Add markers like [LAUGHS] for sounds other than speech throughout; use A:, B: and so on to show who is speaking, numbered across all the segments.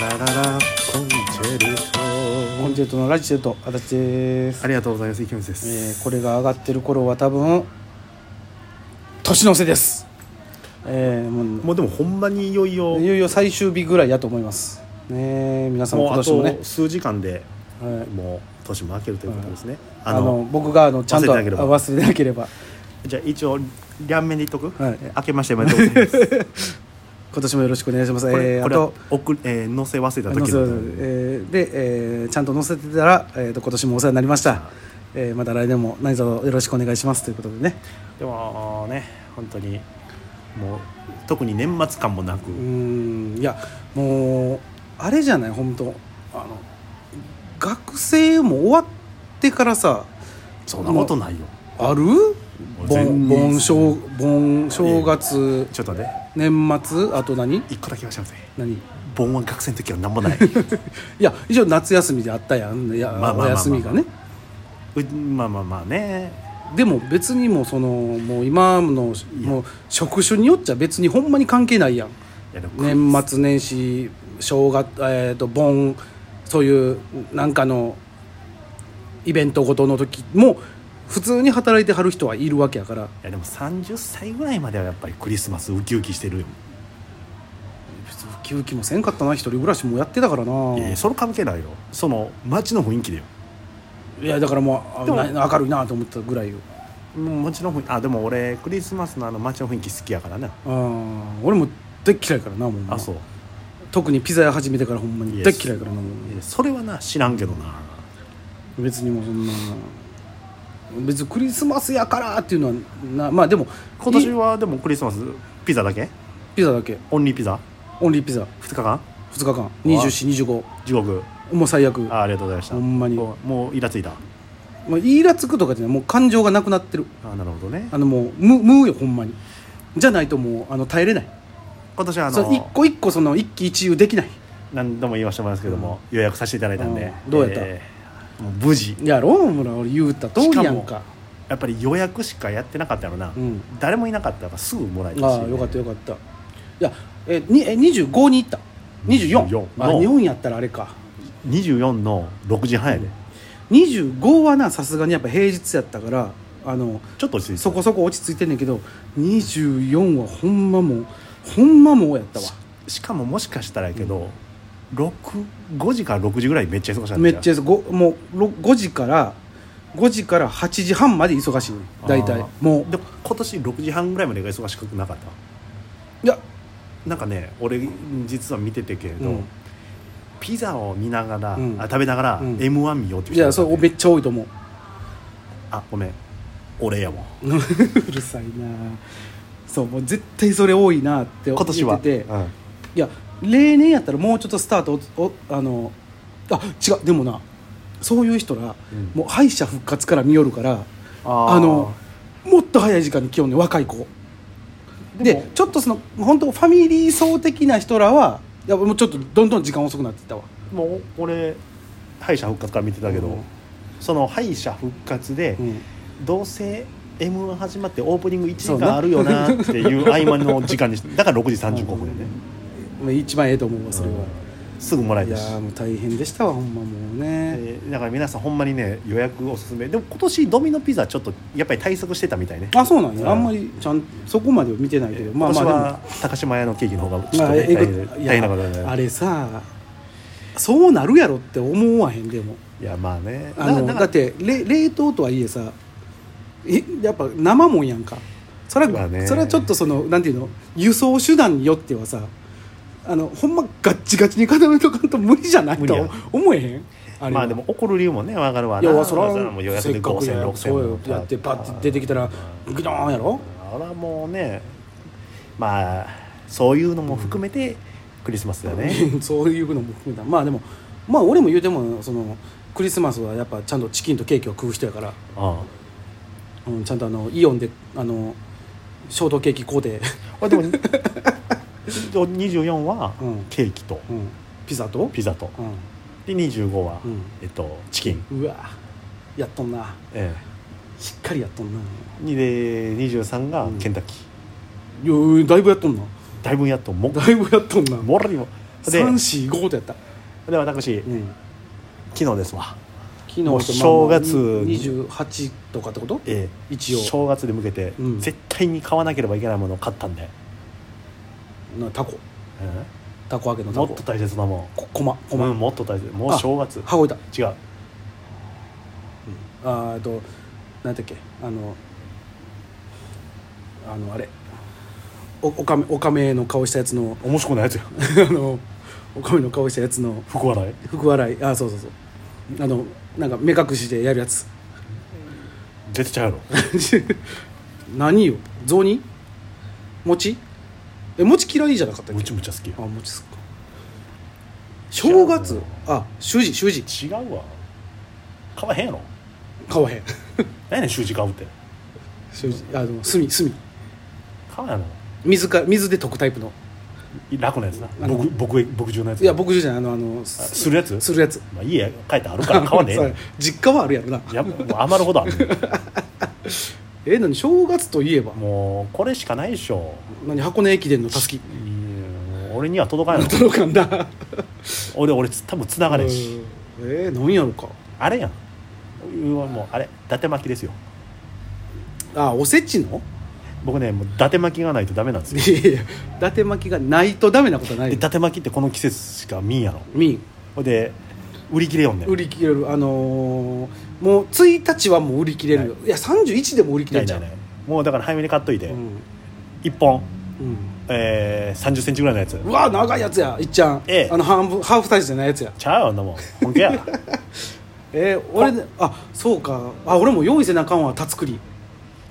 A: ララコンチェルト
B: コンチェルトのラジチェルト足立です
A: あ、りがとうございます池水で
B: え
A: す、
B: ーこれが上がってる頃は多分年の瀬ですえー、も
A: もうでもほんまにいよいよ
B: ういよいよ最終日ぐらいやと思いますねえ皆さんも
A: もう
B: 今
A: あ
B: 年もね
A: と数時間で
B: はい
A: もう年も明けるということですね、
B: あ
A: あ
B: の
A: の
B: 僕があのちゃんと
A: 忘れてなければ
B: あ忘れなければ
A: じゃあ一応両面で言っとく、
B: はい
A: え明けましておめでとうございます
B: 今年もよろしくお願いします
A: これ,、
B: えー、
A: こ
B: あ
A: れは
B: と
A: 送えー載せ忘れた
B: 載
A: 時
B: せ
A: の
B: えーで、えーちゃんと載せてたら、えー、と今年もお世話になりました、えーまた来年も何卒よろしくお願いしますということでね
A: でもね本当にもう特に年末感もなく、
B: うーんいやもうあれじゃない本当あの学生も終わってからさ
A: そんなこと
B: もう
A: ないよ
B: ある
A: 全然
B: 盆盆正盆正月
A: ちょっとね
B: 年末あと何
A: 一個だけはしゃべ
B: 何
A: 盆は学生の時は何 [LAUGHS] もない
B: いや一応夏休みであったやんいや、
A: まあまあまあまあ
B: お休みがね
A: うまあまあまあね
B: でも別にもうそのもう今のもう職種によっちゃ別にほんまに関係ないやん
A: いやでも
B: 年末年始正月えっ、と盆そういうなんかのイベントごとの時も普通に働いてはる人はいるわけやから
A: いやでも30歳ぐらいまではやっぱりクリスマスウキウキしてるよ、
B: 別にウキウキもせんかったな一人暮らしもやってたからない
A: やいやそれ関係ないよその街の雰囲気だよ
B: いやだからもうあ
A: でも
B: な明るいなと思ったぐらいよ
A: うん街の雰囲気あでも俺クリスマスのあの街の雰囲気好きやからな
B: あ俺も大っ嫌いからなもう
A: あそう
B: 特にピザ屋始めてからほんまに大っ嫌いからなもう
A: いやそれはな知らんけどな
B: 別にもうそんな別にクリスマスやからっていうのはなまあでも
A: 今年
B: い
A: はでもクリスマスピザだけ
B: ピザだけ
A: オンリーピザ
B: オンリーピザ
A: 2日間
B: 2日間2425
A: 地獄
B: もう最悪
A: あありがとうございました
B: ほんまに
A: もうもうイラついた
B: もうイラつくとかじゃないもう感情がなくなってる
A: あなるほどね
B: あのもう無無よほんまにじゃないともうあの耐えれない
A: 今年はあ
B: その一
A: の
B: 個一個その一喜一憂できない
A: 何度も言わせてもらいますけども、予約させていただいたんで、
B: うんどうやった
A: ーもう無事
B: やろほら俺言うた通りやん
A: し
B: か
A: かやっぱり予約しかやってなかったやろな、
B: うん
A: 誰もいなかったからすぐもらえたし、
B: ああよかったよかったいやえにえ25に行った24
A: 24
B: あ
A: の
B: 日本やったらあれか
A: 24の6時半やで、
B: 25はなさすがにやっぱ平日やったからあの
A: ちょっと落ち着いてた
B: そこそこ落ち着いてんねんけど24はほんまもうほんまもうやったわ
A: しかももしかしたらやけど、六5時から6時ぐらいめっちゃ忙しかった
B: めっち
A: ゃ
B: ゃごもうろ5時から5時から8時半まで忙しいね大体
A: あー
B: もう
A: で今年6時半ぐらいまでが忙しくなかった
B: いや
A: なんかね俺実は見ててけれど、
B: うん
A: ピザを見ながら、
B: うん
A: あ食べながら、
B: うん
A: m 1見ようって
B: いやそうめ
A: め
B: っちゃ多いと思う [LAUGHS]
A: あごめん俺やもん
B: うるさいなそうもう絶対それ多いなって
A: 今年は、
B: 言ってて
A: うん
B: いや例年やったらもうちょっとスタートおおあのあ違うでもなそういう人ら、
A: うん
B: もう敗者復活から見よるから
A: あー
B: あのもっと早い時間に来よんね若い子
A: で
B: で
A: も
B: ちょっとその本当ファミリー層的な人らはいやもうちょっとどんどん時間遅くなっていったわ
A: もう俺敗者復活から見てたけど、
B: うん
A: その敗者復活で、
B: うん
A: どうせ m 1始まってオープニング1時間あるよなっていう合間の時間
B: [LAUGHS]
A: にしてだから6時35分でね、
B: まあ一番ええと思うわそれは、
A: すぐもらえ
B: い
A: た
B: や
A: し、
B: ーもう大変でしたわほんまもうね、
A: えーだから皆さんほんまにね予約おすすめでも今年ドミノピザちょっとやっぱり対策してたみたいね
B: あそうなんや、
A: うん
B: あんまりちゃんそこまでは見てないけど、ま
A: ま
B: あ
A: あま
B: まあ
A: あ
B: でも
A: 高島屋のケーキの方がちょっ
B: まあ
A: と、ね
B: え
A: 大
B: ぐ
A: 変大
B: いや
A: 変なことになる
B: あれさそうなるやろって思わへんでも
A: いやまあね
B: あの
A: なな
B: だってれ冷凍とはいえさえやっぱ生もんやんかそれ
A: まあ
B: は、
A: ね
B: それはちょっとそのなんていうの輸送手段によってはさあのほんまガッチガチに固めとかんと無理じゃない
A: 無理や
B: と思えへんあれ
A: ま
B: は
A: あでも怒る理由もね分かるわ
B: い
A: な
B: やそら
A: もう予約
B: せ
A: で
B: っかくや
A: 5000 6000
B: そうよやってパッて出てきたらグドーンやろ
A: あらもうねまあそういうのも含めてクリスマスだね
B: [LAUGHS] そういうのも含めたまあでもまあ俺も言うてもそのクリスマスはやっぱちゃんとチキンとケーキを食う人やから、
A: あ
B: うん、ちゃんとあのイオンであのショートケーキ買うて、 [LAUGHS]
A: あでも24は
B: うん
A: ケーキと
B: うん、ピザと
A: ピザと
B: う
A: で25は、
B: うん
A: えっと、チキン、
B: ん、うわやっとんな
A: え
B: しっかりやっとんな
A: え、にで23が
B: うん
A: ケンタッキー、
B: いやだいぶやっとんな
A: だいぶやっとも
B: だいぶやっとんな
A: もらにもで
B: 345とやった
A: で私、
B: うん、
A: 昨日ですわ
B: 昨日
A: もう正月に
B: 28とかってこと
A: ええ
B: 一応
A: 正月で向けて、
B: うん
A: 絶対に買わなければいけないものを買ったんで、
B: なタコタコ揚げ
A: う
B: の
A: ん
B: タ
A: も
B: コ
A: っと大切なも
B: ここまこ
A: ん、
B: ま、
A: うん、もっと大切もう正月
B: 羽子板
A: 違う
B: あーえっと何だっけあのあのあれおおかめおかめの顔したやつの [LAUGHS]
A: 面白くないやつよ
B: あのおかめの顔したやつの
A: 福笑い
B: 福笑いあーそうそうそうあのなんか目隠しでやるやつ
A: 出てちゃうやろ
B: 何よ雑煮餅え餅嫌いじゃなかったっ
A: む
B: け
A: ちゃむちゃ好き
B: あ
A: よ
B: 餅っすか正
A: 違
B: 月
A: う
B: あ主事主事
A: 違うわ買わへんやろ [LAUGHS]
B: 買わへん
A: 何やねん習字買うって
B: 主事あの炭炭
A: 買わへんや
B: 水か水で溶くタイプの
A: ろ楽なやつな
B: あの
A: 僕僕僕中のやつ
B: いや僕じゃないあのあの
A: あするやつ
B: するやつ
A: まあ、家帰ってあるから買わねえ
B: [LAUGHS] そう実家はあるやろな
A: えやんいやもう余るほどある
B: え何正月といえば
A: もうこれしかないでしょ
B: 何箱根駅伝のたすき
A: いやもう俺には届かないの
B: 届かんだ
A: 俺俺多分繋がれんし
B: うんえー、何やろか
A: あれやんうわもうあれ伊達巻きですよ
B: あおせちの [LAUGHS]
A: 僕ねもう伊達巻きがないとダメなんです
B: い
A: よ
B: やいや伊達巻きがないとダメなことはな
A: で
B: い
A: 伊達巻きってこの季節しか見んやろ
B: みん
A: ほいで売り切れよんねん
B: 売り切れるあのーもう1日はもう売り切れるよ、い、や31でも売り切
A: ない
B: れ
A: ん
B: ち
A: だ
B: ゃ
A: よ
B: う
A: ねもうだから早めに買っといて、
B: うん
A: 一1本、
B: うん
A: えー、3 0ンチぐらいのやつ
B: うわ長いやつやいっちゃん、
A: ええ
B: あの半分ハーフサイズじゃないやつや
A: ちゃうよあんなもん本
B: [LAUGHS]
A: 気や
B: えー、俺ねあそうかあ俺も用意せなあかんわたつくり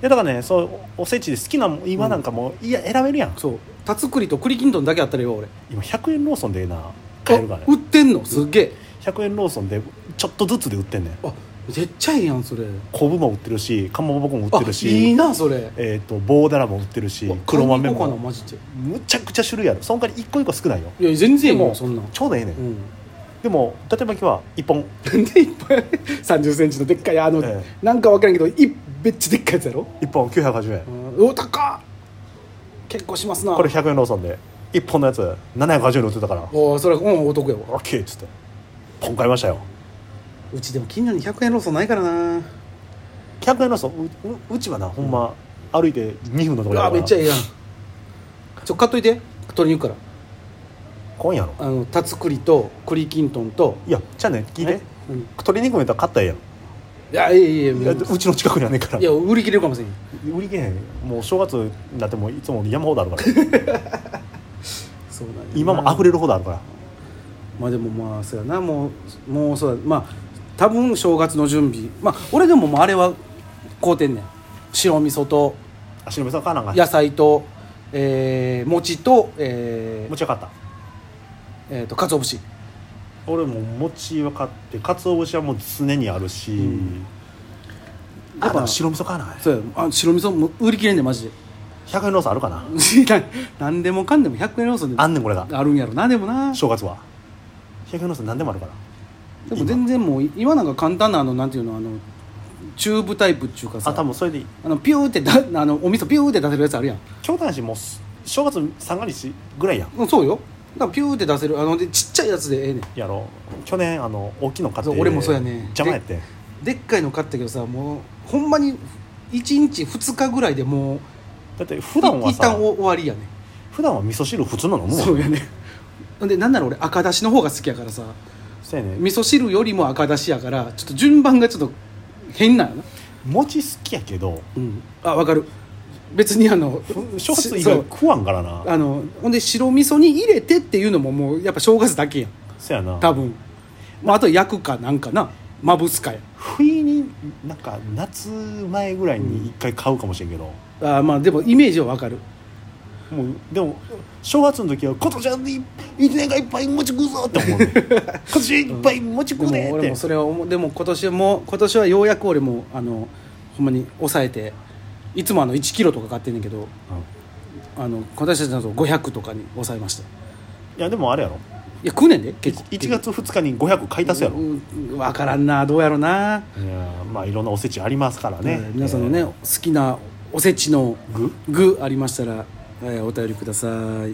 A: でだからねそうおおせちで好きなもん今なんかもう、いや選べるやん
B: そうたつくりと栗きんとんだけあったらよ俺
A: 今100円ローソンでな買えるから
B: あ売
A: ね
B: ってんのすっげえ
A: 100円ローソンでちょっとずつで売ってんねん
B: あめっちゃいいやんそれ
A: 昆布も売ってるしかまぼこも売
B: あ
A: ってるし
B: いいなそれ
A: えー、と棒だらも売ってるし黒豆
B: 買いに行こうか
A: も
B: なマジで
A: むちゃくちゃ種類あるその代わり一個一個少ないよ
B: いや全
A: で
B: 然いい
A: も
B: よそんなん
A: ちょうどええねん、
B: うん [LAUGHS]
A: でも伊達巻きは一本
B: なんでいっぱい3 0ンチのでっかいあの、
A: え
B: なんかわからんけどいめっちゃでっかいやつやろ、
A: 一本980円、
B: うん、お高っ結構しますな
A: これ100円ローソンで一本のやつ780円売ってたから
B: おーそれうんお得やわ
A: オッケーっつって本買いましたよ
B: うちでも近所に100円ローソンないからな
A: 100円ローソンうううちはなほんま、歩いて2分のとこ
B: う
A: ろ
B: わめっちゃ
A: え
B: ええやんちょ買っといて鶏肉から
A: 今夜の
B: あのたつくりと栗きんとんと
A: いやじゃあね聞いて
B: えうんい
A: 鶏肉もやったら買ったらええやん
B: やいやいや
A: い
B: い
A: や
B: や
A: うちの近くにはねえから
B: いや売り切れるかもしれん
A: 売り切れへんもう正月になってもいつも山ほどあるから
B: そうなんや
A: 今も溢れるほどあるから
B: まあでもまあそうやなもうもうそうやまあ多分正月の準備まあ俺でももうあれは買うてんねん白味噌と
A: あ忍さん買わなあかん
B: 野菜と、えー、餅とえ
A: 餅
B: ー
A: は買った
B: えーと鰹節
A: 俺も餅は買って鰹節はもう常にあるし、
B: ん
A: やっ
B: あ
A: ぱ
B: の
A: 白味噌買わない
B: そうやあ白味噌も売り切れんねんマジで [LAUGHS]
A: 100円ロースあるかな
B: な何でもかんでも100円ローソンで
A: あんねんこれが
B: あるんやろなでもな
A: 正月は100円ロース何でもあるから
B: でも全然もう今なんか簡単なあのなんていうのあのチューブタイプっていうかさ
A: あ多分それでいい
B: あのピューってだ [LAUGHS] あのお味噌ピューって出せるやつあるやん
A: 京丹市もうす正月三が日ぐらいやん
B: うんそうよだからピューって出せるあのでちっちゃいやつでええねん
A: やろ去年あの大きいの買って
B: そう俺もそうやね
A: 邪魔やって
B: でっかいの買ったけどさもうほんまに1日2日ぐらいでもう
A: だって普段はい
B: 一旦
A: さ
B: お終わりやね
A: 普段は味噌汁普通なの飲む
B: そ
A: もん
B: うやねほん [LAUGHS] でなんなら俺赤だしの方が好きやからさ
A: そうやね
B: 味噌汁よりも赤だしやからちょっと順番がちょっと変なんやな
A: 餅好きやけど
B: うんあわかる別にあの
A: ふ正月以
B: そ
A: 外
B: う
A: 食わんからな
B: あのほんで白味噌に入れてっていうのももうやっぱ正月だけやん
A: そうやな
B: 多分、まあ、あと焼くかなんかなまぶすかや
A: 不意になんか夏前ぐらいに一回買うかもしれんけど、
B: あーまあでもイメージはわかる
A: もうでも正月の時は「今年は一年間いっぱい餅食うぞ」って思う
B: [LAUGHS]
A: ねん今年いっぱい餅
B: で
A: 食うね
B: も
A: って
B: 俺もそれは思うでも今年も今年はようやく俺もあのほんまに抑えていつもあの1キロとか買ってんねんけど
A: うん
B: あの私たちだと500とかに抑えましたい
A: いやでもあれやろ
B: や食うねんで結構
A: 1月2日に500買い足すやろ、い
B: 分からんなどうやろな、
A: やまあいろんなおせちありますからね、
B: ね皆さんのね、
A: え
B: 好きなおせちの
A: ー具
B: 具ありましたら、えーお便りください